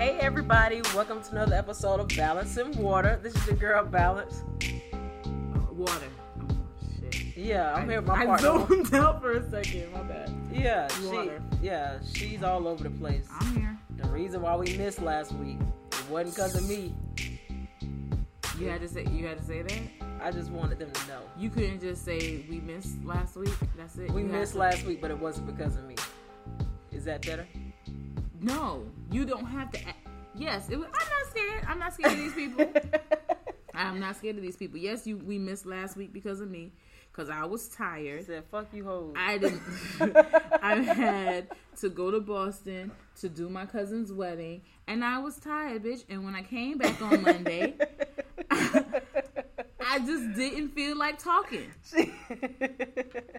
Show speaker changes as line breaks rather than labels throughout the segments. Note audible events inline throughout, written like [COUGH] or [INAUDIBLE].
everybody. Welcome to another episode of Balance and Water. This is your girl, Balance.
Water. Oh, shit.
Yeah, I'm here with my
I
partner.
zoned out for a second. My bad.
Yeah, she,
Water.
yeah, she's all over the place.
I'm here.
The reason why we missed last week, it wasn't because of me.
You had to say. You had to say that.
I just wanted them to know.
You couldn't just say we missed last week. That's it.
We
You had
missed
to-
last week, but it wasn't because of me. Is that better?
No, you don't have to. a- Yes, it was, I'm not scared. I'm not scared of these people. I'm not scared of these people. Yes, you. We missed last week because of me, because I was
[LAUGHS] I
tired.
said, fuck you, hoes. [LAUGHS]
I didn't. [LAUGHS] I had to go to Boston to do my cousin's wedding, and I was tired, bitch. And when I came back
[LAUGHS]
on Monday, I just didn't feel like talking.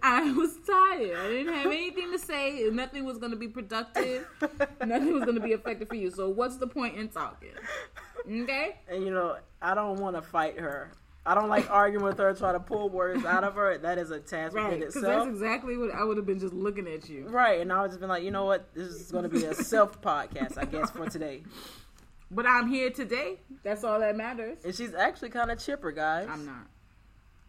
I was tired. I didn't have anything to say. Nothing was going to be productive. [LAUGHS] Nothing was going to be effective for you. So what's the point in talking? Okay.
[LAUGHS] and you know, I don't want to fight her. I don't like arguing with her, trying to pull words out of her. That is a task
Right.
within
Because that's
itself.
exactly what I would have been just looking at you.
Right, and I was just been like, you know what, this is going to be a self podcast, I guess, for today.
But I'm here today. That's all that matters.
And she's actually kind of chipper, guys.
I'm not.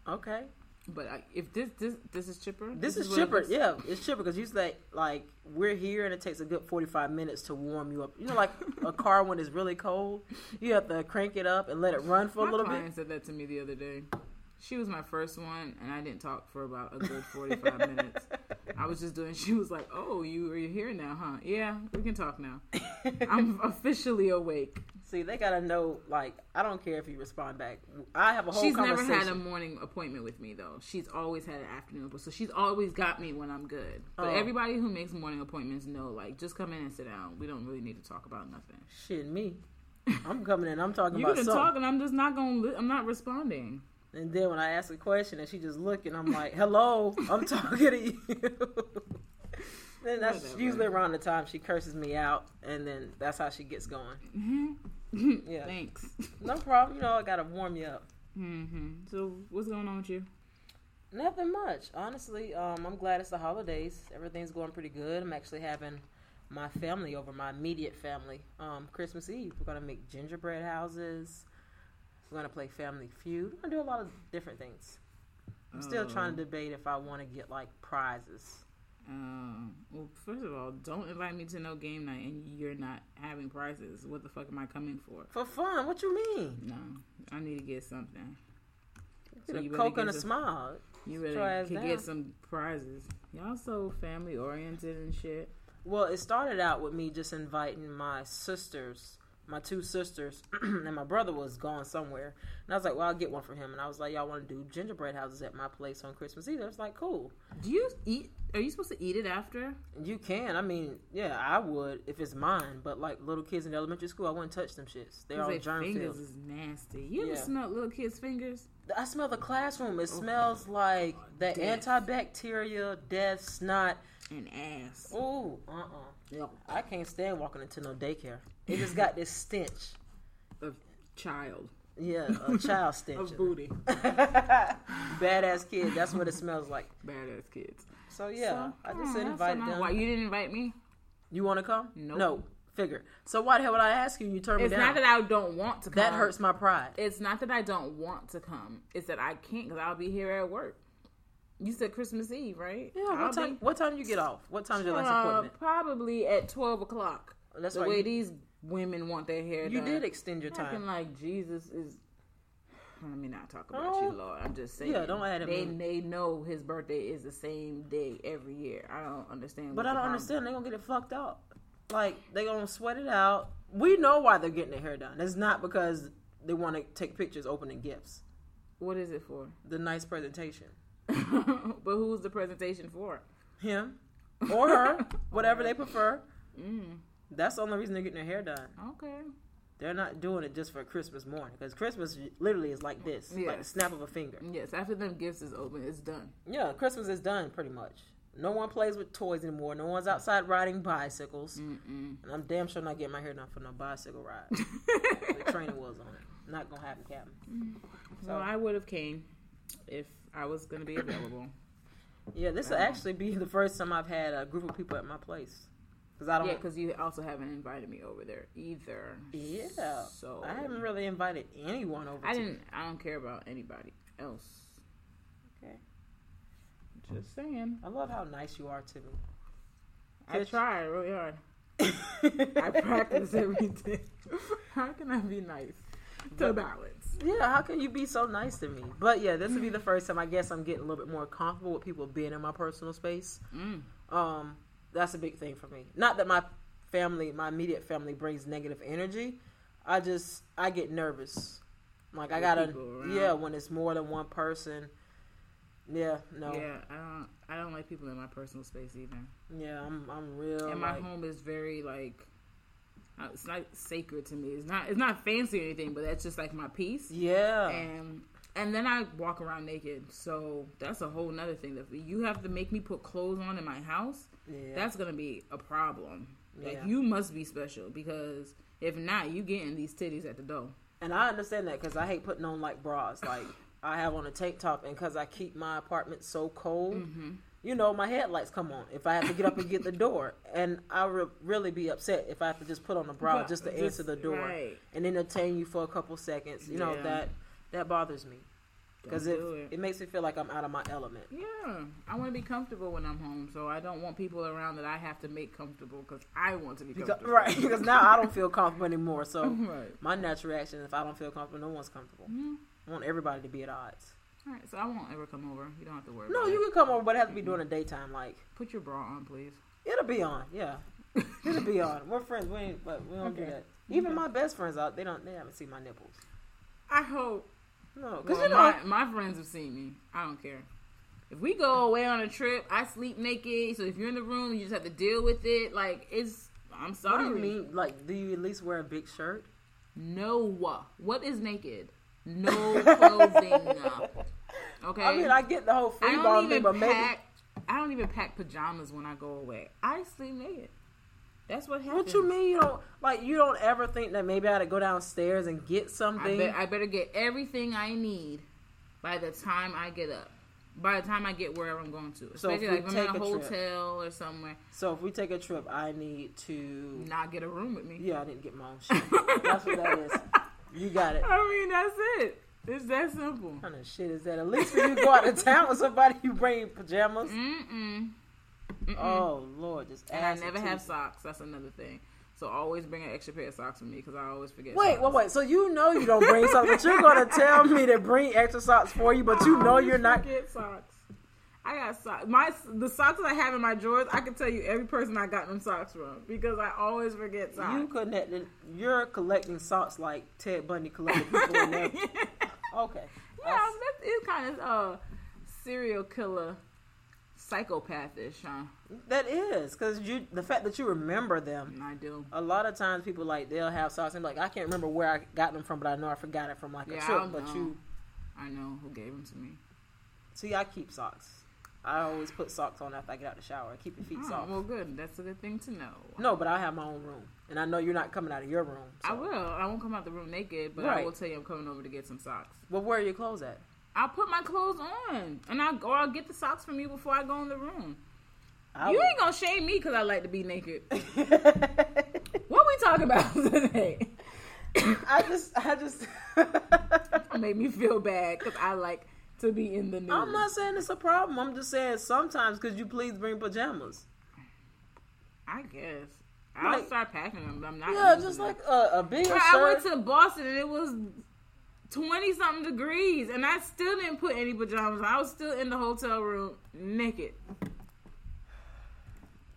Okay,
But I, if this this this is chipper,
this, is
what it
chipper.
looks-
Yeah, it's chipper because you say like we're here, and it takes a good forty-five minutes to warm you up. You know, like a car when it's really cold, you have to crank it up and let it run for
my
a little
client
bit.
said that to me the other day. She was my first one, and I didn't talk for about a good forty-five minutes. I was just doing. [LAUGHS] She was like, "Oh, you are here now, huh? Yeah, we can
[LAUGHS]
talk now. I'm officially awake."
See, they gotta know. Like, I don't care if you respond back. I have a whole
She's never
conversation.
had a morning appointment with me though. She's always had an afternoon, appointment. so she's always got me when I'm good. But
Oh.
everybody who makes morning appointments know, like, just come in and sit down. We don't really need to talk about nothing.
Shit, me.
[LAUGHS]
I'm coming in. I'm talking
You
about
can
something.
talk, and I'm just not gonna. Li- I'm not responding. [LAUGHS]
And then when I ask a question and she just looking, I'm like, "Hello, I'm [LAUGHS] talking to you." then that's
Whatever.
usually around the time she curses me out, and then that's how she gets going. Yeah.
Thanks. [LAUGHS]
No problem. You know, I gotta warm you up.
hmm So what's going on with you?
Nothing much, honestly. Um, I'm glad it's the holidays. Everything's going pretty good. I'm actually having my family over, my immediate family, um, Christmas Eve. We're gonna make gingerbread houses. We're gonna play Family Feud. We're gonna do a lot of different things. I'm still
Oh.
trying to debate if I want to get like prizes.
Um, well, first of all, don't invite me to no game night and you're not having prizes. What the fuck am I coming for?
For fun? What you mean?
No, I need to get something.
Get a
you better
coke
get
and a
some-
smile.
You
Try
really
us
could
down.
get some prizes. Y'all so family oriented and shit.
Well, it started out with me just inviting my sisters, my two sisters, [CLEARS THROAT] and my brother was gone somewhere. And I was like, well, I'll get one for him. And I was like, y'all want to do gingerbread houses at my place on Christmas Eve? I was like, cool.
Do you eat? Are you supposed to eat it after?
You can. I mean, yeah, I would if it's mine. But like little kids in elementary school, I wouldn't touch them shits. They're
'Cause
all
their
germ filled.
fingers is nasty. You ever
Yeah.
smell little kids' fingers?
I smell the classroom. It smells like that
Oh Death.
antibacterial death snot.
And ass.
Ooh, uh uh I can't stand walking into no daycare. It just got this stench.
Of child.
Yeah,
[LAUGHS]
a child stench.
Of booty.
[LAUGHS] Badass kid. That's what it smells like.
Badass kids.
So yeah,
So,
I
aw,
just
that's so
invited
nice.
them.
Why you didn't invite me?
You want to come?
Nope.
No. Figure. So why the hell would I ask you? and You turn
It's
me down.
not that I don't want to come.
that hurts my pride.
It's not that I don't want to come. It's that I can't because I'll be here at work. You said Christmas Eve, right?
yeah.
I'll
What time?
be-
What time do you get off? What time is your last
Uh,
appointment?
probably at twelve o'clock.
That's
the
right.
way
You-
these women want their hair.
You
done.
did extend your
Acting
time.
like Jesus is. Let me not talk about
Oh.
you, Lord. I'm just saying.
Yeah, don't add him
They
in.
they know his birthday is the same day every year. I don't understand. what
But I
the
don't
problem-
understand. They're gonna get it fucked up. Like they gonna sweat it out. We know why they're getting their hair done. It's not because they want to take pictures opening gifts.
What is it for? [LAUGHS]
The nice presentation.
but who's the presentation for?
Him or
[LAUGHS]
her, whatever they prefer.
Mm.
That's the only reason they're getting their hair done.
Okay.
They're not doing it just for Christmas morning because Christmas literally is like this, like
Yeah.
the snap of a finger.
Yes. After them gifts is open, it's done.
Yeah, Christmas is done pretty much. No one plays with toys anymore. No one's outside riding bicycles, and I'm damn sure not getting my hair done for no bicycle ride.
[LAUGHS]
the trainer was on it. Not gonna happen, Captain.
So I would have came if I was going to be available.
Yeah, this will actually be the first time I've had a group of people at my place. because I don't.
Yeah, because you also haven't invited me over there either.
Yeah.
So
I haven't really invited anyone over.
I
to-
didn't. I don't care about anybody else.
Okay.
Just saying.
I love how nice you are to me.
I
Just-
try really hard.
[LAUGHS]
I practice every day. [LAUGHS] How can I be nice to balance?
Yeah, how can you be so nice to me? But yeah, this will be the first time I guess I'm getting a little bit more comfortable with people being in my personal space.
Mm.
Um, that's a big thing for me. Not that my family, my immediate family, brings negative energy. I just I get nervous. Like I
With
gotta,
people around.
yeah, when it's more than one person. Yeah, no, yeah,
Yeah, I don't. I don't like people in my personal space either.
I'm I'm real.
and my
like-
home is very like. uh, It's not sacred to me. It's not. It's not fancy or anything, but that's just like my peace.
yeah,
and and then I walk around naked. So that's a whole nother thing. That you have to make me put clothes on in my house.
yeah,
That's gonna be a problem. Like
Yeah.
you must be special because if not, you getting these titties at the door.
And I understand that because I hate putting on like bras. Like I have on a tank top, and because I keep my apartment so cold,
Mm-hmm.
you know, my headlights come on if I have to get up and get the door. And I would really be upset if I have to just put on a bra
But
just to
just-
answer the door
right.
and entertain you for a couple seconds. You know
Yeah.
that that bothers me because
Don't
it,
do
it makes me feel like I'm out of my element.
Yeah, I want to be comfortable when I'm home, so I don't want people around that I have to make comfortable because I want to be
Because,
comfortable.
right? [LAUGHS] Because now I don't feel comfortable anymore. So
[LAUGHS] right.
my natural reaction, if I don't feel comfortable, no one's comfortable.
Mhm.
I want everybody to be at odds.
All right, so I won't ever come over. You don't have to worry.
No,
about
you can
It.
come over, but it has to be during the daytime, like.
Put your bra on, please.
It'll be on,
[LAUGHS]
yeah. It'll be on. We're friends. We ain't, but we don't do
Okay.
that. Even my best friends out, they don't. They haven't seen my nipples.
I hope
No, because
Well,
you know,
my, my friends have seen me. I don't care. If we go away on a trip, I sleep naked. So if you're in the room, you just have to deal with it. Like it's. I'm
what do
sorry.
you mean? Like, do you at least wear a big shirt?
No. What is naked?
[LAUGHS]
No clothing. okay.
I mean, I get the whole
I
free ball thing, but maybe.
pack. I don't even pack pajamas when I go away. I sleep naked. That's what happens.
What you mean? You don't like? You don't ever think that maybe I had to go downstairs and get
I,
something?
bet I better get everything I need by the time I get up. By the time I get wherever I'm going to,
So if
especially
we
like if I'm in
take
a
a trip.
hotel or somewhere,
so if we take a trip, I need to.
not get a room with me.
Yeah, I didn't get my own shit. That's what that is. You got it.
I mean, that's it. It's that simple.
What kind of shit is that? At least when you go out of town with somebody, you bring pajamas.
Mm-mm. Mm-mm.
Oh Lord, just
and I
ass
never
titties.
have socks. That's another thing. So always bring an extra pair of socks with me because I always forget.
Wait,
socks.
wait, wait. So you know you don't bring socks, but you're gonna tell me to bring extra socks for you, but you
I
know
always
you're not.
Forget socks. I got socks. My the socks that I have in my drawers, I can tell you every person I got them socks from because I always forget socks.
You connected. You're collecting socks like Ted Bundy collected people in
[LAUGHS]
there. [LAUGHS] Okay.
Yeah,
That's-
that's, it's kind of uh, serial killer, psychopathish, huh?
that is because you. The fact that you remember them.
And I do.
A lot of times, people like they'll have socks and be like I can't remember where I got them from, but I know I forgot it from like
Yeah,
a
I
trip.
don't
But
know.
you
I know who gave them to me.
see, I keep socks. I always put socks on after I get out the shower. I keep your feet
Oh,
soft.
well, good. That's a good thing to know.
No, but I have my own room, and I know you're not coming out of your room. So.
I will. I won't come out the room naked, but I
Right.
will tell you I'm coming over to get some socks.
But where are your clothes at?
I'll put my clothes on, and I'll go. I'll get the socks from you before I go in the room.
I
you
would-
ain't gonna shame me because I like to be naked.
[LAUGHS]
What we talking about [LAUGHS] today? [COUGHS]
I just, I just. [LAUGHS]
It made me feel bad because I like to be in the nude.
I'm not saying it's a problem. I'm just saying sometimes could you please bring pajamas?
I guess I'll
Like-
start packing them. But I'm not.
Yeah,
using
just
them.
like a, a bigger
Bro, I
shirt.
went to Boston and it was twenty something degrees, and I still didn't put any pajamas. on. I was still in the hotel room naked.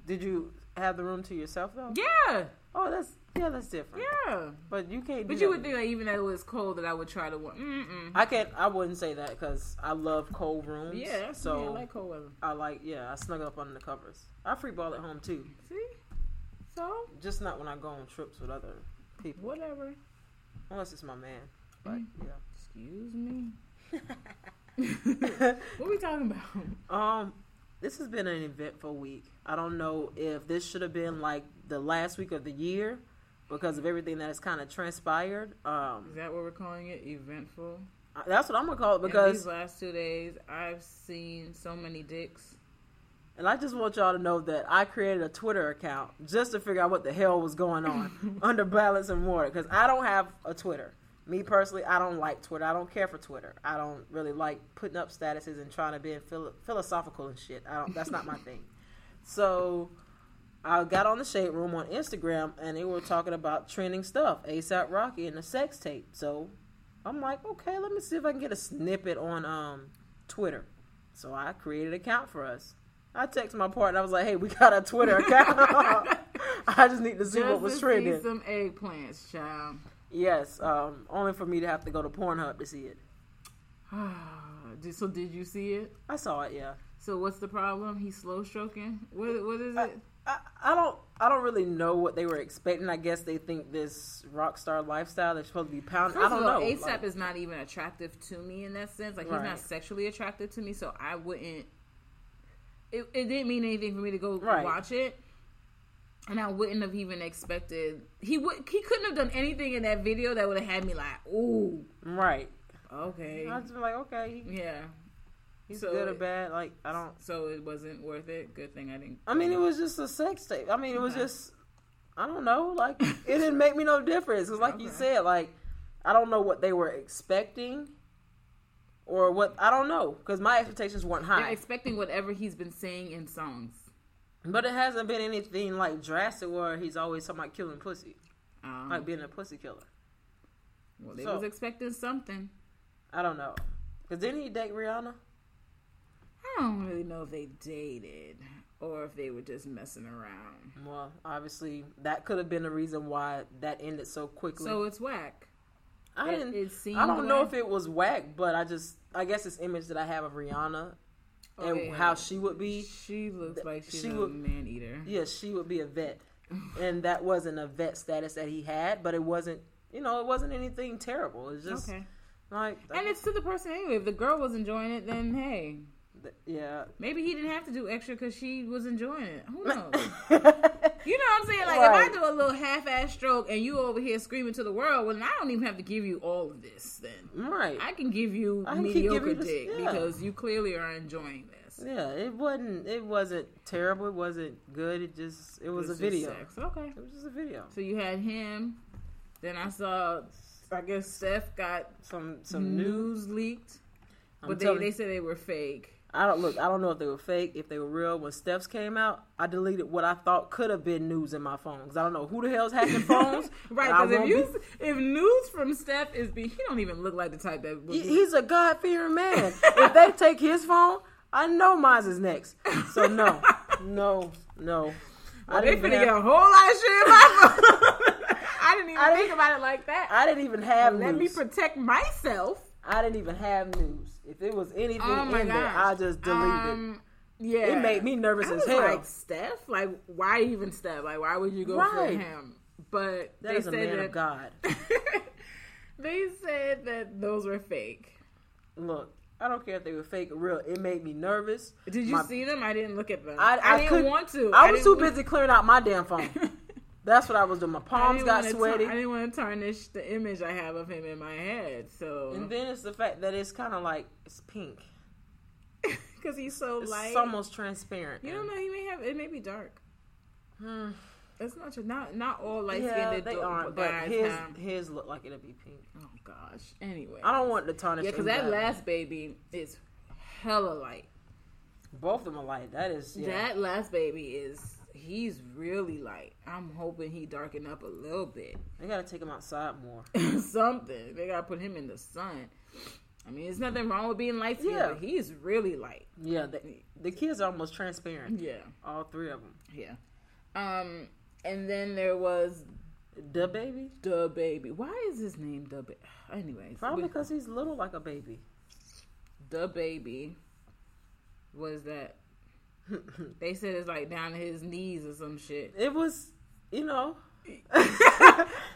Did you have the room to yourself though?
Yeah,
Oh, that's yeah, that's different.
yeah.
But you can't. Do
But you
that
would
with-
think that even though it was cold, that I would try to. wa- Mm-mm.
I can't. I wouldn't say that because I love cold rooms.
Yeah, that's
so
so I like cold weather.
I like. Yeah, I snuggle up under the covers. I free ball at home too,
See, so
just not when I go on trips with other people,
whatever.
unless it's my man. But
Mm.
yeah.
Excuse me.
[LAUGHS]
what we talking about?
Um, this has been an eventful week. I don't know if this should have been like the last week of the year because of everything that has kind of transpired.
Is
Um,
that what we're calling it? Eventful.
I- that's what I'm gonna call it
Because
because
these last two days, I've seen so many dicks.
And I just want y'all to know that I created a Twitter account just to figure out what the hell was going on under balance and water because I don't have a Twitter. Me personally, I don't like Twitter. I don't care for Twitter. I don't really like putting up statuses and trying to be philo- philosophical and shit. I don't. That's not my thing. So I got on the shade room on Instagram and they were talking about trending stuff, ASAP Rocky and the sex tape. So I'm like, okay, let me see if I can get a snippet on um Twitter. So I created an account for us. I texted my partner. I was like, "Hey, we got a Twitter account. [LAUGHS] I just need to see
Just
what
to
was
see
trending."
some eggplants, child.
Yes, um, only for me to have to go to Pornhub to see it.
Ah, Did- so did you see it?
I saw it. Yeah,
So what's the problem? He's slow stroking. What what is it?
I, I don't. I don't really know what they were expecting. I guess they think this rock star lifestyle they're supposed to be pounding. I
First
don't
of all,
know.
ASAP
Like,
is not even attractive to me in that sense. Like he's
Right.
not sexually attractive to me, so I wouldn't. It, it didn't mean anything for me to go
Right.
watch it, and I wouldn't have even expected he would. He couldn't have done anything in that video that would have had me like, ooh,
right.
okay,
I was like, okay, he-
yeah.
he's
So-
good or bad. Like I don't.
So it wasn't worth it. Good thing I didn't.
I mean, it was just a sex tape. I mean, it was
Okay.
just, I don't know.
[LAUGHS]
Like, it didn't make me no difference. 'Cause like you
Okay.
said, like, I don't know what they were expecting or what, I don't know. Because my expectations weren't
They're
high.
expecting whatever he's been saying in songs.
but it hasn't been anything, like, drastic where he's always talking about killing pussy,
Um,
like being a pussy killer.
well, they
so-
was expecting something.
I don't know. Because didn't he date Rihanna?
I don't really know if they dated or if they were just messing around.
Well, obviously, that could have been the reason why that ended so quickly.
So it's whack.
I
it-
didn't.
it seemed
I don't know
whack.
if it was whack, but I just. I guess this image that I have of Rihanna and
Okay.
how she would be.
She looks like she's
she
a
would-
man eater.
Yeah, she would be a vet, and that wasn't a vet status that he had, but it wasn't. You know, it wasn't anything terrible. It's just
Okay.
like.
And it's to the person anyway. If the girl was enjoying it, then hey,
th- yeah.
maybe he didn't have to do extra because she was enjoying it.
[LAUGHS]
Who knows? you know what I'm saying? Like
Right.
if I do a little half-ass stroke and you over here screaming to the world, well, then I don't even have to give you all of this.
[LAUGHS]
Then
right.
I can give you
I can keep
mediocre
giving you this-
dick
yeah.
because you clearly are enjoying this.
yeah, it wasn't. It wasn't terrible. It wasn't good. It just. It was
It's
a
just
video.
sex. Okay.
It was just a video.
So you had him. Then I saw, I guess Steph got
Some some
some
news.
news leaked,
I'm
but they,
telling-
they said they were fake.
[LAUGHS] I don't look. I don't know if they were fake, if they were real. When Steph's came out, I deleted what I thought could have been news in my phone because I don't know who the hell's
[LAUGHS]
hacking phones.
right?
and I
Because if
won't
you if news from Steph is be, he don't even look like the type that would.
be- he- he's a God fearing man. if
[LAUGHS]
they take his phone, I know mine's is next. So no, no, no. I
they
didn't,
finna
even
get a
have, [LAUGHS]
whole lot of shit in my phone. [LAUGHS] I didn't even
I
think
didn't-
about it like that.
I didn't even have
Let me
news.
protect myself.
I didn't even have news. If it was anything
Oh my
in there,
gosh.
I just deleted.
Um, yeah,
It made me nervous
I
as
was
hell.
Like Steph, like why even Steph? Like why would you go
Right.
for him? But
that
they
is a
said
man
that
of God.
[LAUGHS] they said that those were fake.
Look, I don't care if they were fake or real. It made me nervous.
Did you
My-
see them? I didn't look at them.
I, I
didn't
couldn't-
want to.
I was
didn't
too
[LAUGHS] want-
busy clearing out my damn
[LAUGHS]
phone. That's what I was doing. My
I
palms
didn't
got
wanna
sweaty.
tar- I didn't want to tarnish the image I have of him in my head. So [LAUGHS]
and then it's the fact that it's kind of like it's pink.
because he's so
It's
light,
almost transparent.
you don't know. He may have it may be dark.
Hmm.
That's not true. Not not all light
Yeah,
skinned
they aren't. But
guys.
his
have-
his look like it'll be pink.
oh gosh. Anyway,
I don't want the tarnish.
yeah, because that
anybody.
last baby is hella light.
both of them are like that is yeah.
That last baby is he's really light. I'm hoping he darken up a little bit. [LAUGHS]
They gotta take him outside more.
Something. They gotta put him in the sun. I mean, there's nothing wrong with being light skinned,
Yeah.
but he's really light.
Yeah, the, the kids are almost transparent.
Yeah.
All three of them.
Yeah. Um and then there was
The baby
the baby. Why is his name the baby? Anyways,
probably
with-
because he's little like a baby. [LAUGHS]
the baby was that they said it's like down to his knees or
[LAUGHS]
some shit. [LAUGHS]
It was, you know.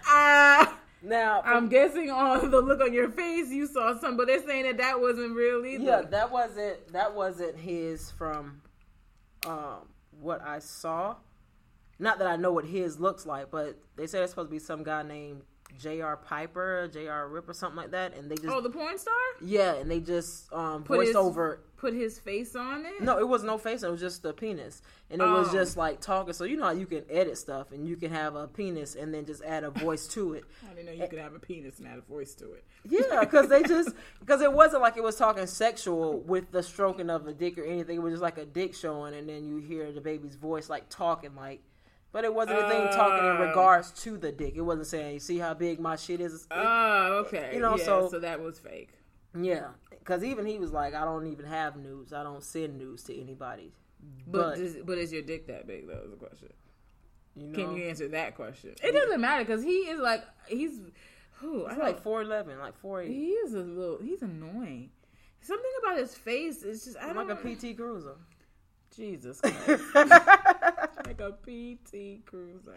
Ah.
now
I'm guessing on the look on your face, you saw something, but they're saying that that wasn't real either.
Yeah, that wasn't that wasn't his from um what I saw. Not that I know what his looks like, but they said it's supposed to be some guy named J.R. Piper, J.R. Rip, or something like that, and they just
oh, the porn star
yeah, and they just um
Put
voiced
his-
over.
put his face on it.
No, it was no face. It was just the penis, and it was
Oh.
just like talking. So you know how you can edit stuff, and you can have a penis, and then just add a voice to it.
I didn't know you could have a penis and add a voice to it.
Yeah, because they just because it wasn't like it was talking sexual with the stroking of a dick or anything. It was just like a dick showing, and then you hear the baby's voice like talking, like. But it wasn't anything talking in
Oh.
regards to the dick. It wasn't saying, "You see how big my shit is."
Oh, okay.
You know,
yeah,
so-
so, that was fake.
yeah, because even he was like, "I don't even have nudes. I don't send nudes to anybody."
But
But-
does, but is your dick that big? That was the question.
You know,
Can you answer that question? It doesn't matter because he is like he's who I
It's
like.
like four eleven, like four eight,
He is a little. He's annoying. Something about his face is just I
like
don't
a PT
[LAUGHS]
Cruiser.
Jesus Christ. [LAUGHS] like a PT Cruiser.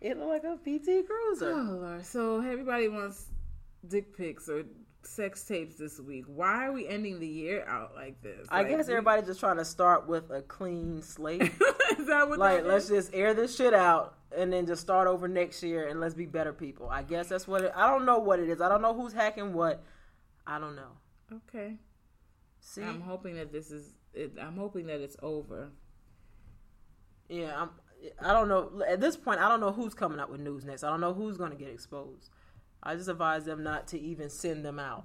It looked like a PT Cruiser.
Oh Lord. So everybody wants dick pics or sex tapes this week. Why are we ending the year out like this?
I
Like,
guess
we-
everybody's just trying to start with a clean slate.
[LAUGHS] is that what
like
that
let's
is?
just air this shit out and then just start over next year and let's be better people i guess that's what it, i don't know what it is i don't know who's hacking what i don't know
Okay.
see
I'm hoping that this is. It, I'm hoping that it's over.
yeah i'm i don't know at this point i don't know who's coming out with news next i don't know who's going to get exposed i just advise them not to even send them out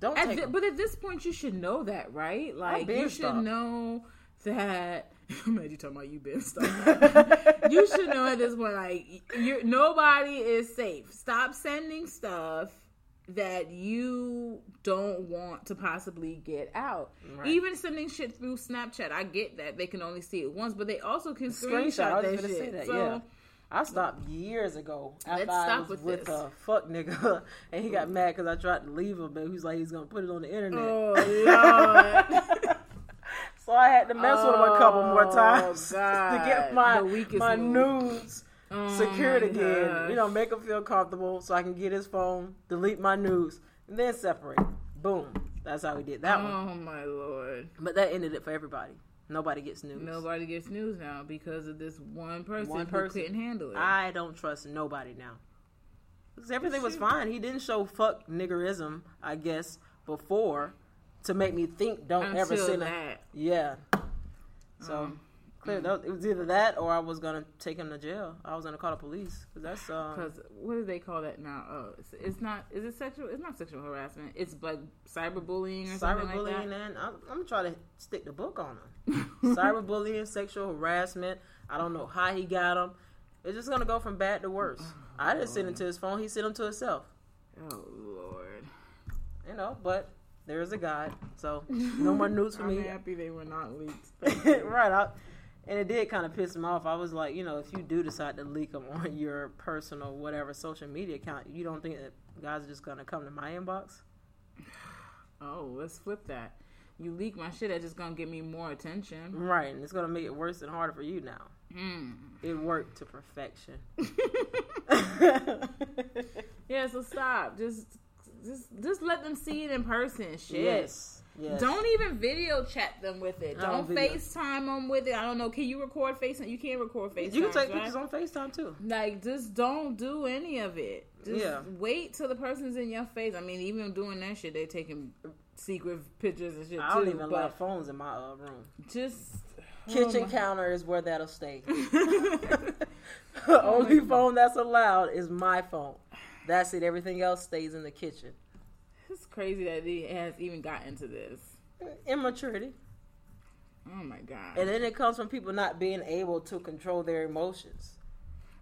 don't
At
take
thi-
them.
but at this point, you should know that, right? Like
been
you should
stopped.
know that. [LAUGHS] I'm glad you talking about you been stuck.
[LAUGHS]
you should know at this point, like you nobody is safe. Stop sending stuff that you don't want to possibly get out.
Right.
Even sending shit through Snapchat, I get that they can only see it once, but they also can
screenshot i
screenshot,
was
that
just gonna
shit.
say that
so,
yeah I stopped years ago after
Let's
I
stop
was with,
with this.
a fuck nigga, [LAUGHS] and he got mad because I tried to leave him, and he was like, he's gonna put it on the internet. [LAUGHS]
Oh lord.
So I had to mess with him a couple more
Oh,
times [LAUGHS] to
God.
get my
The weakest
my
move.
nudes
Oh,
secured
my
again.
gosh.
You know, make him feel comfortable so I can get his phone, delete my news, and then separate. Boom. That's how we did that one.
Oh my lord.
But that ended it for everybody. Nobody gets news.
Nobody gets news now because of this one person,
One person.
who couldn't handle it.
I don't trust nobody now. 'Cause everything was
Shoot.
fine. He didn't show fuck niggerism, I guess, before to make me think don't ever
Until
send a
that.
Yeah. So
Um,
clear. That was, it was either that or I was gonna take him to jail. I was gonna call the police because that's um,
Because what do they call that now? Oh, it's, it's not. Is it sexual? It's not sexual harassment. It's like cyberbullying or something
cyberbullying,
like that.
and I'm, I'm trying to stick the book on him. [LAUGHS]
[LAUGHS] Cyber.
cyberbullying, sexual harassment. I don't know how he got him. It's just gonna go from bad to worse. I didn't send him to his phone. He sent him to himself.
Oh lord.
You know, but there's a God, [LAUGHS] so no more news for
I'm
me.
happy they were not
[LAUGHS]
leaked.
right. I, and it did kind of piss him off. I was like, you know, if you do decide to leak them [LAUGHS] on your personal whatever social media account, you don't think that guys are just gonna come to my inbox?
oh, let's flip that. You leak my shit. That's just gonna give me more attention.
Right, and it's gonna make it worse and harder for you now.
Mm.
It worked to [LAUGHS] perfection.
[LAUGHS] yeah. So stop. Just, just, just let them see it in person. Shit.
yes. Yes.
Don't even video chat them with it.
I don't
Don't,
video-
FaceTime them with it. I don't know. Can you record FaceTime? You can't record FaceTime.
you can take
right?
pictures on FaceTime too.
Like, just don't do any of it. Just
Yeah.
wait till the person's in your face. I mean, even doing that shit, they taking secret pictures and shit
I don't
too.
even
but
allow phones in my uh, room.
just
Kitchen
Oh
counter is where that'll stay.
my-
[LAUGHS]
Oh,
Only phone that's allowed is my phone. That's it. Everything else stays in the kitchen.
[LAUGHS] it's crazy that he has even gotten to this.
Immaturity.
Oh my god!
And then it comes from people not being able to control their emotions.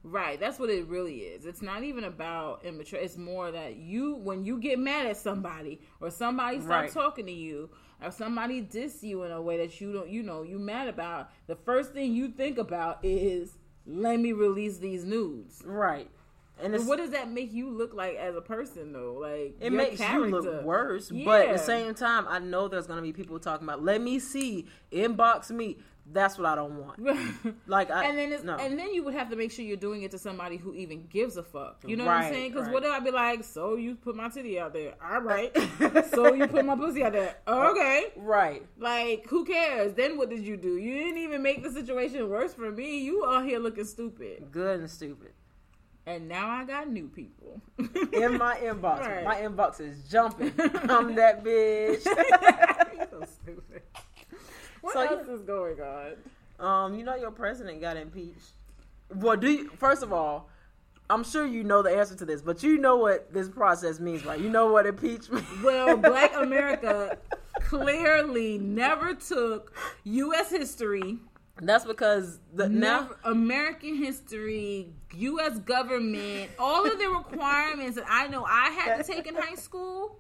Right, that's what it really is. It's not even about immature. It's more that you, when you get mad at somebody, or somebody stop
Right.
talking to you, or somebody diss you in a way that you don't, you know, you mad about. The first thing you think about is, let me release these nudes.
Right. And it's,
But what does that make you look like as a person, though? Like
it
your
makes you
character.
look worse. But at
Yeah.
the same time, I know there's going to be people talking about, let me see, inbox me. That's what I don't want.
[LAUGHS]
Like, I,
and then it's,
no.
and then you would have to make sure you're doing it to somebody who even gives a fuck. You know what
Right,
I'm saying? Because
right.
what if I be like, so you put my titty out there?
[LAUGHS]
All right. so you put my pussy out there?
Oh.
Okay.
right.
Like, who cares? Then what did you do? You didn't even make the situation worse for me. You out here looking stupid.
Good and stupid.
and now I got new people.
in
[LAUGHS]
my inbox.
Right.
My inbox is
[LAUGHS]
jumping. I'm that bitch.
so stupid. What
So,
else is going on?
Um, you know your president got impeached. Well, do you, first of all, I'm sure you know the answer to this, but you know what this process means, right? You know what impeachment. [LAUGHS]
Well, Black America clearly never took U.S. history,
That's because the now
never American history, U.S. government, all of the requirements that I know I had to take in high school.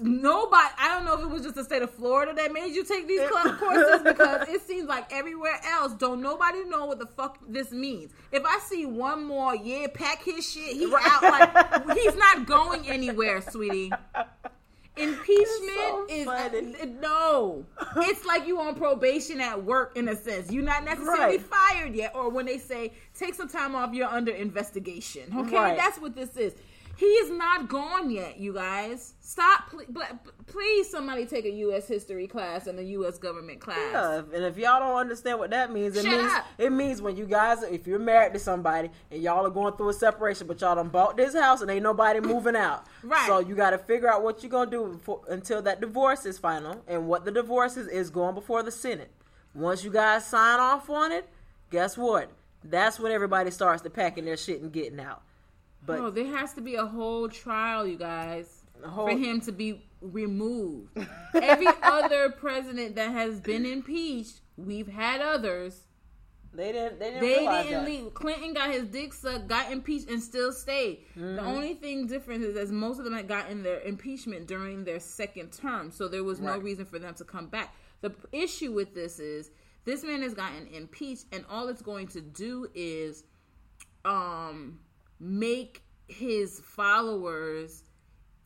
Nobody, I don't know if it was just the state of Florida that made you take these club courses because it seems like everywhere else, don't nobody know what the fuck this means. If I see one more, yeah, pack his shit, he out like he's not going anywhere, sweetie.
[LAUGHS]
Impeachment
It's so
is
funny.
no. It's like you on probation at work in a sense. You're not necessarily
Right.
fired yet, or when they say take some time off, you're under investigation. Okay,
Right.
that's what this is. He is not gone yet, you guys. Stop, pl- bl- please. Somebody take a U.S. history class and a U.S. government class.
Yeah, and if y'all don't understand what that means, it
Shut
means
up.
it means when you guys, if you're married to somebody and y'all are going through a separation, but y'all done bought this house and ain't
[COUGHS]
nobody moving out,
Right.
So you got to figure out what you're gonna do before, until that divorce is final, and what the divorce is is going before the Senate. Once you guys sign off on it, guess what? That's when everybody starts to packing their shit and getting out. But
No, there has to be a whole trial, you guys,
A whole-
for him to be
[LAUGHS]
removed. Every other president that has been impeached, we've had others.
they didn't. They didn't
They
realize
didn't
that.
leave. Clinton got his dick sucked, got impeached, and still stayed.
Mm-hmm.
The only thing different is that most of them had gotten their impeachment during their second term, so there was no
Right.
reason for them to come back. The p- issue with this is this man has gotten impeached, and all it's going to do is um make his followers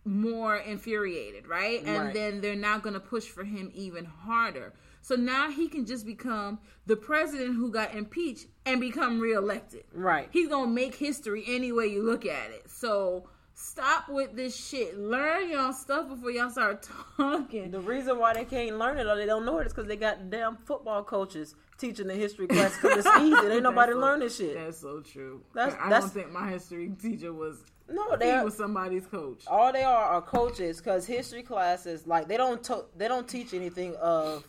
more infuriated, right? And
Right.
then they're now going to push for him even harder. So now he can just become the president who got impeached and become reelected.
Right.
He's going to make history any way you look at it. So stop with this shit. Learn y'all stuff before y'all start [LAUGHS] talking.
The reason why they can't learn it or they don't know it is because they got damn football coaches teaching the history class because it's easy. Ain't nobody
[LAUGHS] That's so-
learn this shit.
That's so true.
That's-
I
that's-
don't think my history teacher was
No,
he
they are,
was somebody's coach.
all they are are coaches because history classes like they don't to, they don't teach anything of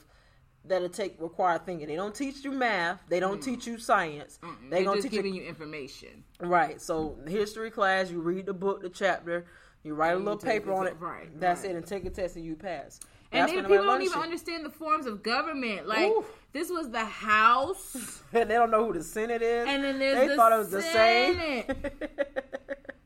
that'll take required thinking. They don't teach you math. They don't teach you science.
They're,
They gonna
just
teach you
giving you information.
Right. So history class, you read the book, the chapter, you write a little
take
paper
the
on
te-
it.
right,
That's
right.
it, and take a test and you pass.
And
That's when
then people
everybody
don't
learns
even
shit.
understand the forms of government. Like
Oof.
this was the House,
[LAUGHS] they don't know who the Senate is.
and then there's
they
the
thought it was the same.
Senate.
[LAUGHS]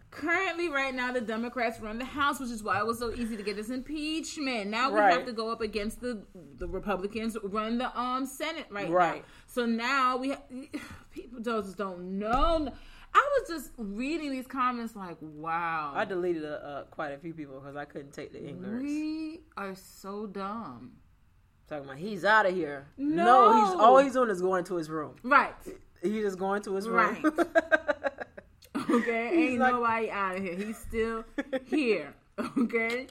Currently, right now, the Democrats run the House, which is why it was so easy to get this impeachment. Now we
Right.
have to go up against the the Republicans run the um Senate right,
Right.
now. So now we ha- [SIGHS] people just don't know. I was just reading these comments like, wow,
I deleted uh uh, quite a few people because I couldn't take the ignorance.
we are so dumb.
Talking about he's out of here. No.
No.
he's all he's doing is going to his room.
Right.
He's just going to his
Right.
[LAUGHS] room.
[LAUGHS] Okay, ain't
like-
nobody out of here.
[LAUGHS]
He's still here. Okay.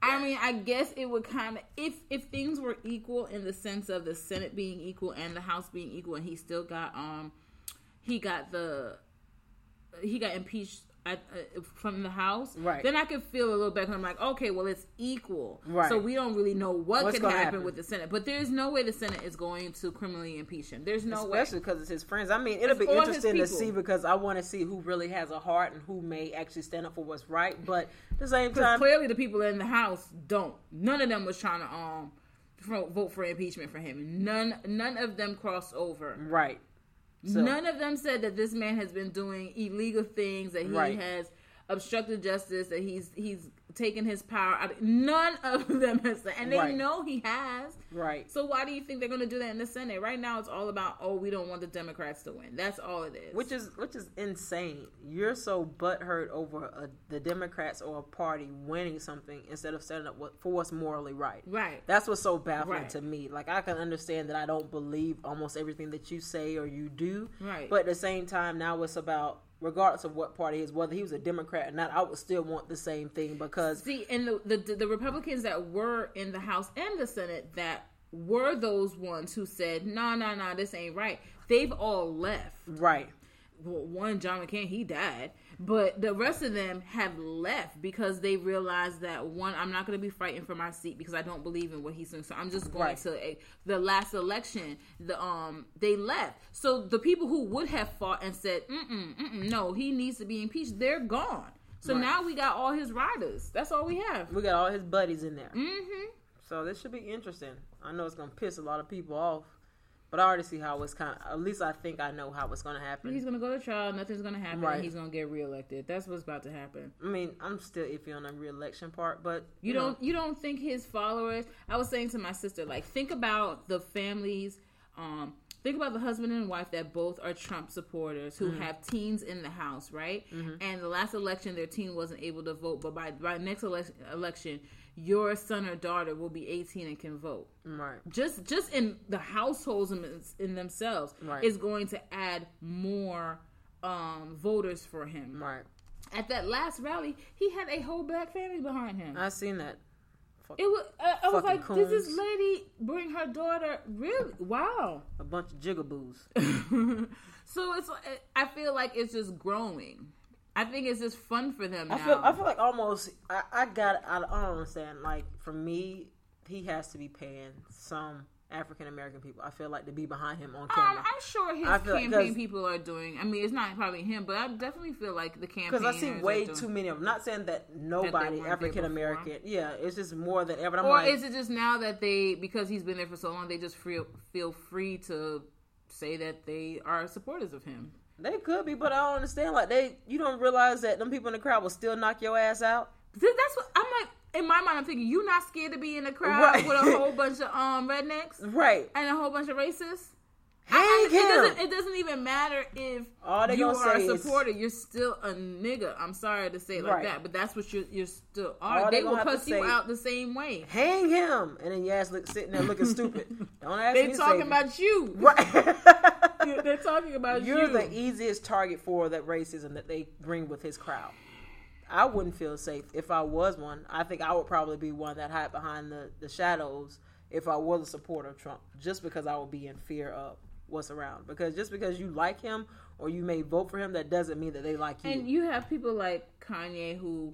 I mean, I guess it would kind of if if things were equal in the sense of the Senate being equal and the House being equal, and he still got um he got the he got impeached at, uh, from the House.
Right.
Then I could feel a little better. I'm like, okay, well, it's equal.
Right.
So we don't really know what
What's
could
gonna
happen,
happen?
with the Senate, but there's no way the Senate is going to criminally impeach him. There's no way.
Especially because it's his friends. I mean, it'll be
all his
interesting to
people.
see because I want to see who really has a heart and who may actually stand up for what's right. But at the same
Because
time,
clearly the people in the house don't. None of them was trying to um fro- vote for impeachment for him. None none of them crossed over.
right? So-
None of them said that this man has been doing illegal things that he
Right.
has obstructed justice that he's he's taken his power out. of- None [LAUGHS] of them has said, and they
Right.
know he has.
Right.
So why do you think they're going to do that in the Senate? Right now it's all about oh we don't want the Democrats to win. That's all it is.
which is which is insane. You're so butthurt over a, the Democrats or a party winning something instead of standing up what- for what's morally right.
right.
That's what's so baffling
Right.
to me. Like I can understand that I don't believe almost everything that you say or you do.
Right.
But at the same time, now it's about regardless of what party it is, whether he was a Democrat or not, I would still want the same thing because
See, and the, the the Republicans that were in the House and the Senate that were those ones who said, "No, no, no, this ain't right." They've all left.
right.
well, one John McCain he died, but the rest of them have left because they realized that one I'm not going to be fighting for my seat because I don't believe in what he's doing. So I'm just going
Right.
to a, the last election. The um they left, so the people who would have fought and said mm mm no he needs to be impeached they're gone. So
Right.
now we got all his riders. That's all we have.
We got all his buddies in there.
Mm-hmm.
So this should be interesting. I know it's gonna piss a lot of people off, but I already see how it's kind of. At least I think I know how it's gonna happen.
He's gonna go to trial. Nothing's gonna happen.
Right.
He's gonna get reelected. That's what's about to happen.
I mean, I'm still iffy on the reelection part, but
You
know,
don't you don't think his followers? I was saying to my sister, like think about the families. Um, think about the husband and wife that both are Trump supporters who have teens in the house, right? And the last election, their teen wasn't able to vote, but by by next election, election, your son or daughter will be 18 and can vote.
right?
Just just in the households in, in themselves
Right.
is going to add more um, voters for him.
Right.
At that last rally, he had a whole black family behind him.
I seen that. Fuck,
It was. I I was
Fucking
like, did this
coons.
lady bring her daughter? Really? Wow. [LAUGHS]
a bunch of jigaboos.
so it's. I feel like it's just growing. I think it's just fun for them now.
I feel I feel like almost I, I got I, I don't understand. Like for me, he has to be paying some African American people. I feel like to be behind him on
Um,
camera
I'm sure his
I feel like-
campaign
'cause-
people are doing. I mean, it's not probably him, but I definitely feel like the campaign.
because I see way too many of them. Not saying that nobody
weren't there
African American. Yeah, it's just more than ever. I'm
Or
like,
is it just now that they, because he's been there for so long, they just feel feel free to say that they are supporters of him?
they could be, but I don't understand. Like they, you don't realize that them people in the crowd will still knock your ass out.
See, that's what I'm like. In my mind, I'm thinking you not scared to be in a crowd
Right. [LAUGHS]
with a whole bunch of um rednecks
Right.
and a whole bunch of racists.
Hang
it,
him.
doesn't, it doesn't even matter if
All they
you
gonna
are
say
a
is-
supporter. You're still a nigga. I'm sorry to say it like
Right.
that, but that's what you're. You're still. Are.
All
They,
they
will
gonna have to
cuss you
say-
out the same way.
Hang him. And then your ass look, sitting there looking
[LAUGHS]
stupid. Don't ask me
They
to save
talking
you.
about you.
Right.
[LAUGHS] They're talking about you
You're the easiest target for that racism that they bring with his crowd. I wouldn't feel safe if I was one. I think I would probably be one that hide behind the, the shadows if I was a supporter of Trump, just because I would be in fear of what's around. Because just because you like him or you may vote for him, that doesn't mean that they like you.
And you have people like Kanye who,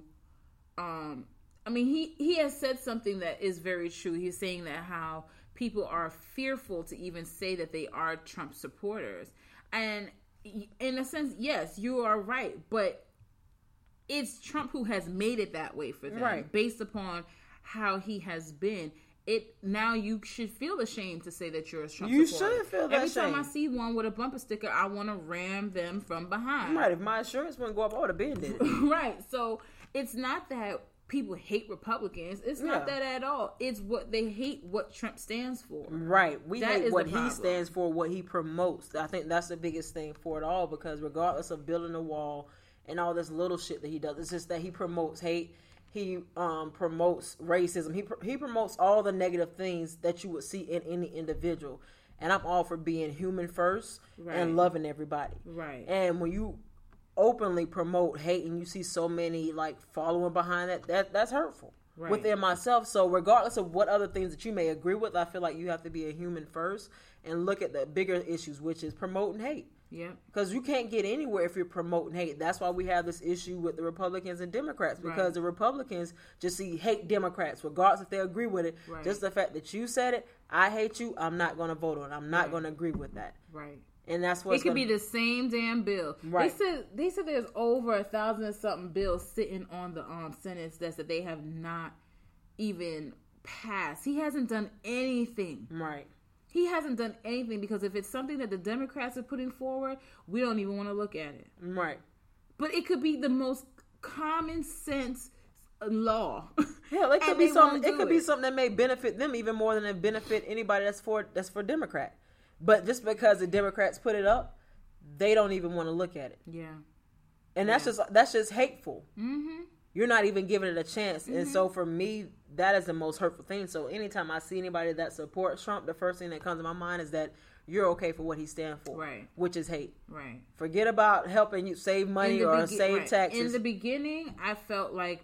um, I mean, he he has said something that is very true. He's saying that how people are fearful to even say that they are Trump supporters, and y- in a sense, yes, you are right, but it's Trump who has made it that way for them,
Right.
Based upon how he has been. It now you should feel ashamed to say that you're a Trump.
You
supporter.
should feel that
Every time I
shame.
see one with a bumper sticker, I want to ram them from behind
right, if my insurance wouldn't go up, I would have been
[LAUGHS]
dead.
[COUGHS] right. So it's not that people hate Republicans. It's not
Yeah. Mm-hmm.
that at all. It's what they hate what Trump stands for.
Right. We
That is
hate what
the
he
problem.
stands for, what he promotes. I think that's the biggest thing for it all because regardless of building a wall and all this little shit that he does, it's just that he promotes hate. He um, promotes racism. He pr- he promotes all the negative things that you would see in any individual. And I'm all for being human first
Right.
and loving everybody.
Right.
And when you openly promote hate and you see so many like following behind that, that that's hurtful
Right.
within myself. So regardless of what other things that you may agree with, I feel like you have to be a human first and look at the bigger issues, which is promoting hate.
Yep.
Because you can't get anywhere if you're promoting hate. That's why we have this issue with the Republicans and Democrats because
Right.
the Republicans just see hate Democrats, regardless if they agree with it.
Right.
Just the fact that you said it, I hate you. I'm not going to vote on. it. I'm not going to agree with that.
Right.
And that's what
It could be the same damn bill.
Right.
They said they said there's over a thousand and something bills sitting on the um Senate desk that they have not even passed. He hasn't done anything.
right.
He hasn't done anything because if it's something that the Democrats are putting forward, we don't even want to look at it.
Right.
but it could be the most common sense law.
Yeah, like, it could
And
be
they
something.
won't
It
do
could be something that may benefit them even more than it benefit anybody that's for that's for Democrat. But just because the Democrats put it up, they don't even want to look at it,
Yeah.
and that's just that's just hateful. Mm-hmm. You're not even giving it a chance, and so
Mm-hmm.
for me, that is the most hurtful thing. So anytime I see anybody that supports Trump, the first thing that comes to my mind is that you're okay for what he stands for,
Right.
Which is hate.
Right.
Forget about helping you save
In
money
the
or
begin-
save
right. In
taxes.
the beginning, I felt like,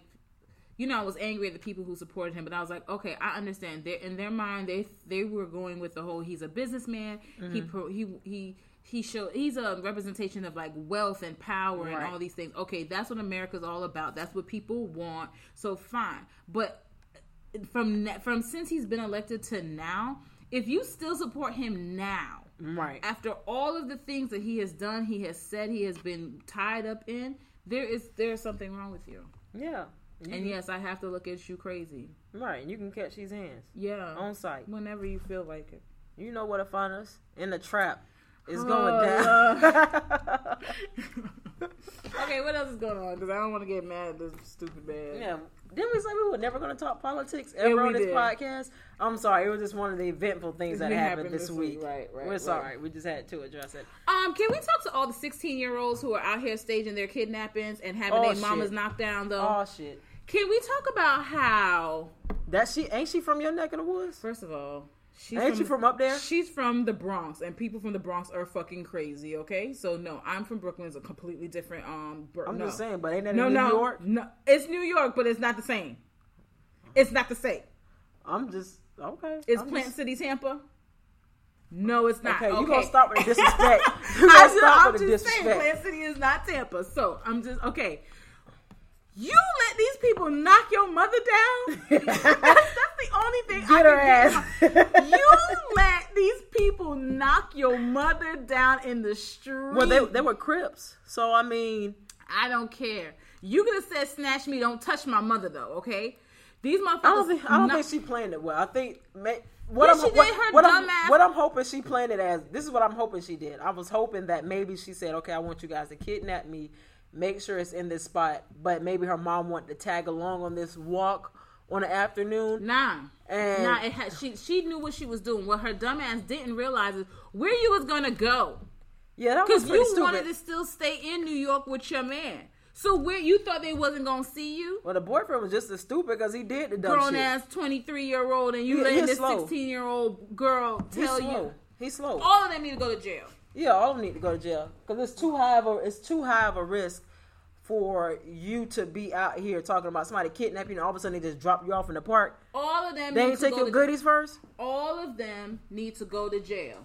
you know, I was angry at the people who supported him, but I was like, okay, I
Mm-hmm.
understand. They're, in their mind, they they were going with the whole he's a businessman. He pro, he he he show he's a representation of like wealth and power and
Right.
all these things. Okay, that's what America's all about. That's what people want. So fine, but from ne- from since he's been elected to now, if you still support him now,
Right.
after all of the things that he has done, he has said he has been tied up in, there is there is something wrong with you.
Yeah. You-
And yes, I have to look at you crazy.
Right. You can catch these hands
Yeah,
on site.
whenever you feel
[LAUGHS]
like it.
You know where to find us in the trap. It's
Oh,
going down.
Lord. Okay, what else is going on? Because I don't want to get mad at this stupid man.
[LAUGHS] yeah. Didn't we say we were never going to talk politics ever
we
on this
did.
podcast? I'm sorry. It was just one of the eventful things that
It
happened, this week.
Right, right.
we're
right.
sorry. We just had to address it.
Um, can we talk to all the 16 year olds who are out here staging their kidnappings and having
Oh,
their
shit.
mamas knocked down, though?
Oh shit.
Can we talk about how,
That she ain't she from your neck of the woods?
first of all, she's
Ain't you from up there?
She's from the Bronx, and people from the Bronx are fucking crazy. Okay, so no, I'm from Brooklyn. It's a completely different. Um, Bro-
I'm
no.
just saying, but ain't that
No,
in New
no,
York?
no. It's New York, but it's not the same. It's not the same.
I'm just okay.
Is
I'm
Plant
just-
City Tampa? No, it's not.
Okay,
Okay,
you gonna stop
[LAUGHS]
with the disrespect. [LAUGHS] You
I
gonna
just,
stop
I'm
with the
just saying,
disrespect.
Plant City is not Tampa. So I'm just okay. You let these people knock your mother
[LAUGHS]
down. that's, the only thing. I
Get her
can get
ass.
on. you
[LAUGHS]
let these people knock your mother down in the street.
Well, they they were Crips, so I mean,
I don't care. You could have said, "Snatch me, don't touch my mother," though. Okay. These motherfuckers.
I don't think I don't
knock-
think she planned it well. I think ma- what
Yeah,
I'm
she did
what,
her
what
dumb
I'm
ass-
what I'm hoping she planned it as. This is what I'm hoping she did. I was hoping that maybe she said, "Okay, I want you guys to kidnap me, make sure it's in this spot." But maybe her mom wanted to tag along on this walk on the afternoon.
Nah.
And-
nah, it had, she she knew what she was doing. What her dumb ass didn't realize is where you was gonna go.
Yeah, that was
Because
pretty
you
stupid.
wanted to still stay in New York with your man. So where you thought they wasn't gonna see you?
Well, the boyfriend was just as stupid because he did the dumb
Grown
shit.
ass twenty three year old and you
He-
letting
he's
this
slow.
sixteen year old girl
He's
tell
slow.
you
He's slow.
all of them need to go to jail.
Yeah, all of them need to go to jail because it's too high of a it's too high of a risk for you to be out here talking about somebody kidnapping you and all of a sudden they just drop you off in the park.
All of them
They
need
ain't
to
take
go
your
to
goodies first.
all of them need to go to jail.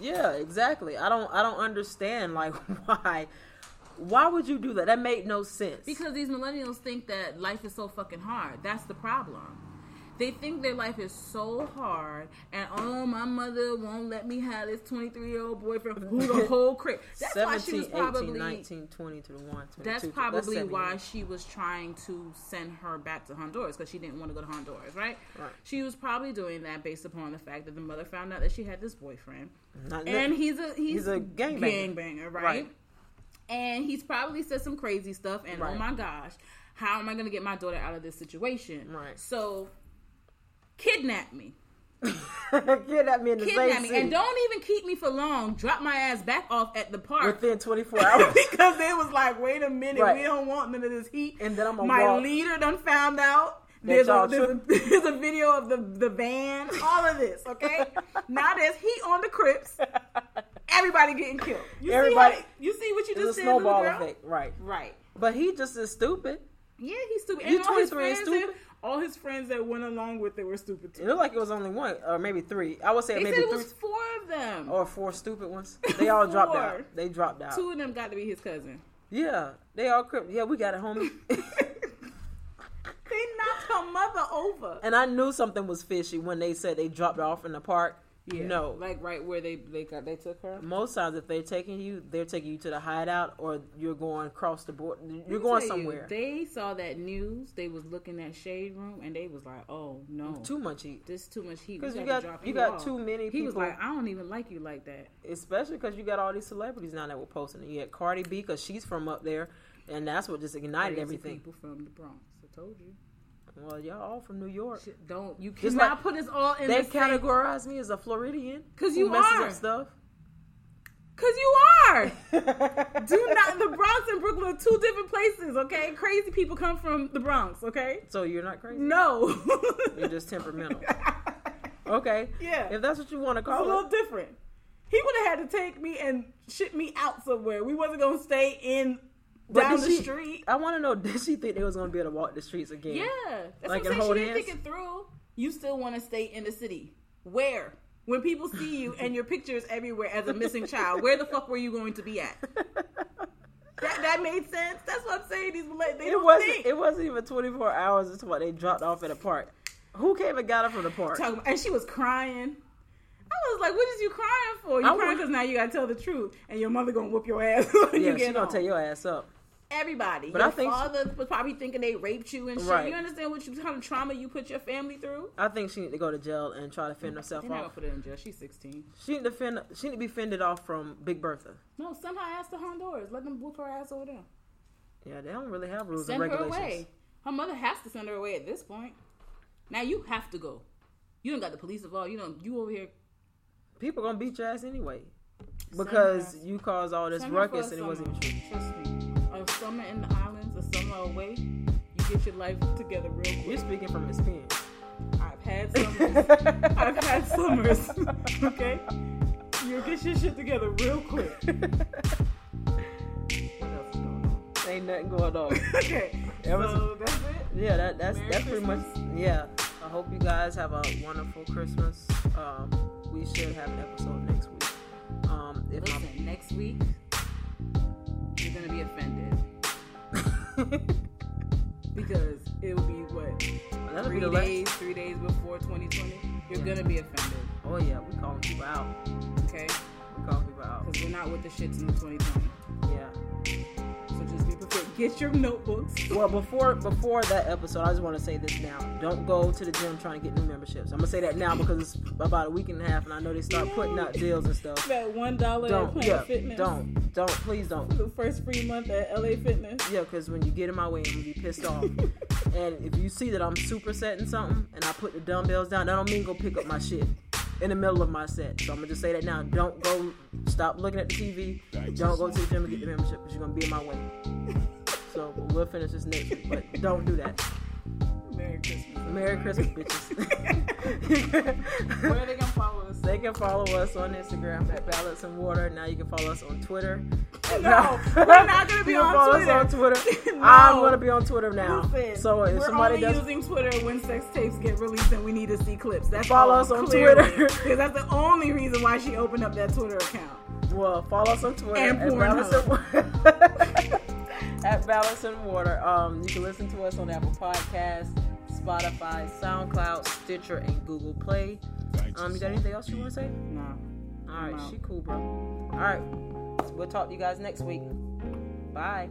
Yeah, exactly. I don't I don't understand like [LAUGHS] why why would you do that? That made no sense.
Because these millennials think that life is so fucking hard. That's the problem. They think their life is so hard, and oh, my mother won't let me have this 23 year old boyfriend who
[LAUGHS]
the whole crib. That's why she was
18,
probably.
19, 20 to the 1, 22.
That's
That's
probably
seven
why
years.
she was trying to send her back to Honduras because she didn't want to go to Honduras, right?
Right.
She was probably doing that based upon the fact that the mother found out that she had this boyfriend,
Not that-
and he's a he's,
He's a gangbanger.
gangbanger, right?
Right.
And he's probably said some crazy stuff. And oh
Right.
my gosh, how am I going to get my daughter out of this situation?
Right.
So, kidnap me,
[LAUGHS] kidnap me in the
kidnap
same
me,
city
and don't even keep me for long. Drop my ass back off at the park. [LAUGHS]
within 24 hours.
because they was like, wait a minute,
Right.
we don't want none of this heat.
And then I'ma
my
walk.
leader done found out.
That
There's a,
y'all
there's, a, [LAUGHS] there's a video of the the van, all of this.
[LAUGHS]
Okay, now there's heat on the Crips. Everybody getting killed. You
Everybody-
see how, you see what you
It's a
just did, little
snowball
girl?
effect, right?
Right.
But he just is stupid.
Yeah, he's stupid.
You
And all his
23 is
friends,
stupid?
That, all his friends that went along with it were stupid
It
too.
looked like it was only one or maybe three. I would say
They
maybe
said it
three Oh,
was four of them.
or four stupid ones. They all dropped
Four.
out. They dropped out.
Two of them got to be his cousin.
[LAUGHS] Yeah, they all crip. Yeah, we got it,
[LAUGHS]
homie.
They knocked her mother over.
and I knew something was fishy when they said they dropped off in the park. No,
like right where they they got they took her.
most times if they're taking you, they're taking you to the hideout or you're going across the board. You're
Let me
going
tell you,
somewhere.
they saw that news. They was looking at shade room, and they was like, "Oh no,
Too much heat,
this too much heat."
'Cause
We
you
gotta
got-
drop
you got
off."
too many
He was
people-
like, "I don't even like you like that."
especially because you got all these celebrities now that were posting. it. You had Cardi B because she's from up there, and that's what just ignited
Crazy
everything.
People from the Bronx. I told you.
Well, y'all all from New York.
Shit, Don't you
Just
cannot
like-
put us all in
They
the same.
categorize me as a Floridian
'Cause
who
you
messes
are.
up stuff.
Cause you are. [LAUGHS]
[LAUGHS]
Do not. The Bronx and Brooklyn are two different places. Okay, crazy people come from the Bronx. Okay,
So you're not crazy.
no.
You're
[LAUGHS]
just temperamental. Okay.
Yeah.
If that's what you want to
a
call
little
it.
different. He would have had to take me and ship me out somewhere. We wasn't gonna stay in
But
down
did
the
she-
street.
I want to know [LAUGHS] did she think they was going to be able to walk the streets again? [LAUGHS]
Yeah, that's
Like,
what
and
I'm saying.
hold
She didn't
hands?
think it through. You still want to stay in the city? Where? when people see you and your picture is everywhere as a missing child, where the fuck were you going to be at? That, that made sense. That's what I'm saying. These like, they
it
don't
wasn't.
think.
It wasn't even 24 hours until what they dropped off at a park. Who came and got her from the park?
Talking about- and she was crying. I was like, "What is you crying for? You
I
crying
wa-
because now you gotta tell the truth, and your mother gonna whoop your ass [LAUGHS] when
yeah,
you
she
get
gonna
home."
tear your ass up.
Everybody,
But
your
I think she-
father was probably thinking they raped you and shit.
Right.
You understand what you, kind of trauma you put your family through?
I think she need to go to jail and try to fend herself
They're Mm, not gonna
off.
put her in jail. She's 16.
She need to fend. She need to be fended off from Big Bertha.
No, send her ass to Honduras. Let them whoop her ass over there.
Yeah, they don't really have rules
Send
and
her
regulations.
away. Her mother has to send her away at this point. Now you have to go. You don't got the police involved. You don't. You over here.
People gonna beat your ass anyway
her
because
ass.
you caused all this
send her for
ruckus
a
and it wasn't
summer.
even true.
Trust me. A summer in the islands, a summer away. You get your life together real quick.
You're speaking from experience. [LAUGHS]
I've had summers. [LAUGHS] I've had summers. [LAUGHS] Okay. You get your shit together real quick. What else is going on?
[LAUGHS] Ain't nothing going on.
[LAUGHS] okay.
That was-
so that's it.
Yeah, that, that's
Merry
that's pretty much. Yeah, I hope you guys have a wonderful Christmas. Um, we should have an episode next week. Um, if my-
Listen, next week you're gonna be offended
[LAUGHS]
because it'll be what
that'll be
three
the
days,
last-
three days before 2020. You're gonna be offended,
Oh yeah, we calling people out.
okay?
We calling people out.
Because we're not with the shits in 2020.
Yeah.
So just be prepared. Get your notebooks.
Well, before before that episode, I just want to say this now. Don't go to the gym trying to get new memberships. I'm gonna say that now because it's about a week and a half, and I know they start putting out deals and stuff.
That one dollar at
Don't,
Planet
yeah,
Fitness.
don't, don't, please don't.
The first free month at LA Fitness.
Yeah, because when you get in my way, I'm gonna be pissed
[LAUGHS]
off. and if you see that I'm supersetting something and I put the dumbbells down, that don't mean go pick up my shit in the middle of my set. So I'm gonna just say that now. Don't go. Stop looking at the TV. Don't go to the gym and get the membership because you're gonna be in my way. So we'll finish this next week, but don't do that.
Merry Christmas.
Merry
[LAUGHS]
Christmas, bitches. [LAUGHS]
Where are they gonna follow us?
they can follow us on Instagram at Ballots and Water. Now you can follow us on Twitter. [LAUGHS]
No, Oh, we're not gonna be
You can
on
follow
Twitter.
us on Twitter.
[LAUGHS] No.
I'm gonna be on Twitter now.
Listen,
so if
we're
somebody
only
does,
using Twitter when sex tapes get released and we need to see clips. That's
Follow
all,
us on
clearly. [LAUGHS]
Twitter.
because that's the only reason why she opened up that Twitter account.
well, follow us on Twitter
And
at Balance and Water. [LAUGHS] at Balance and Water. Um, you can listen to us on Apple Podcasts, Spotify, SoundCloud, Stitcher, and Google Play. Um, you got anything else you want to say?
Nah.
All right,
I'm out.
she cool, bro. All right, we'll talk to you guys next week. Bye.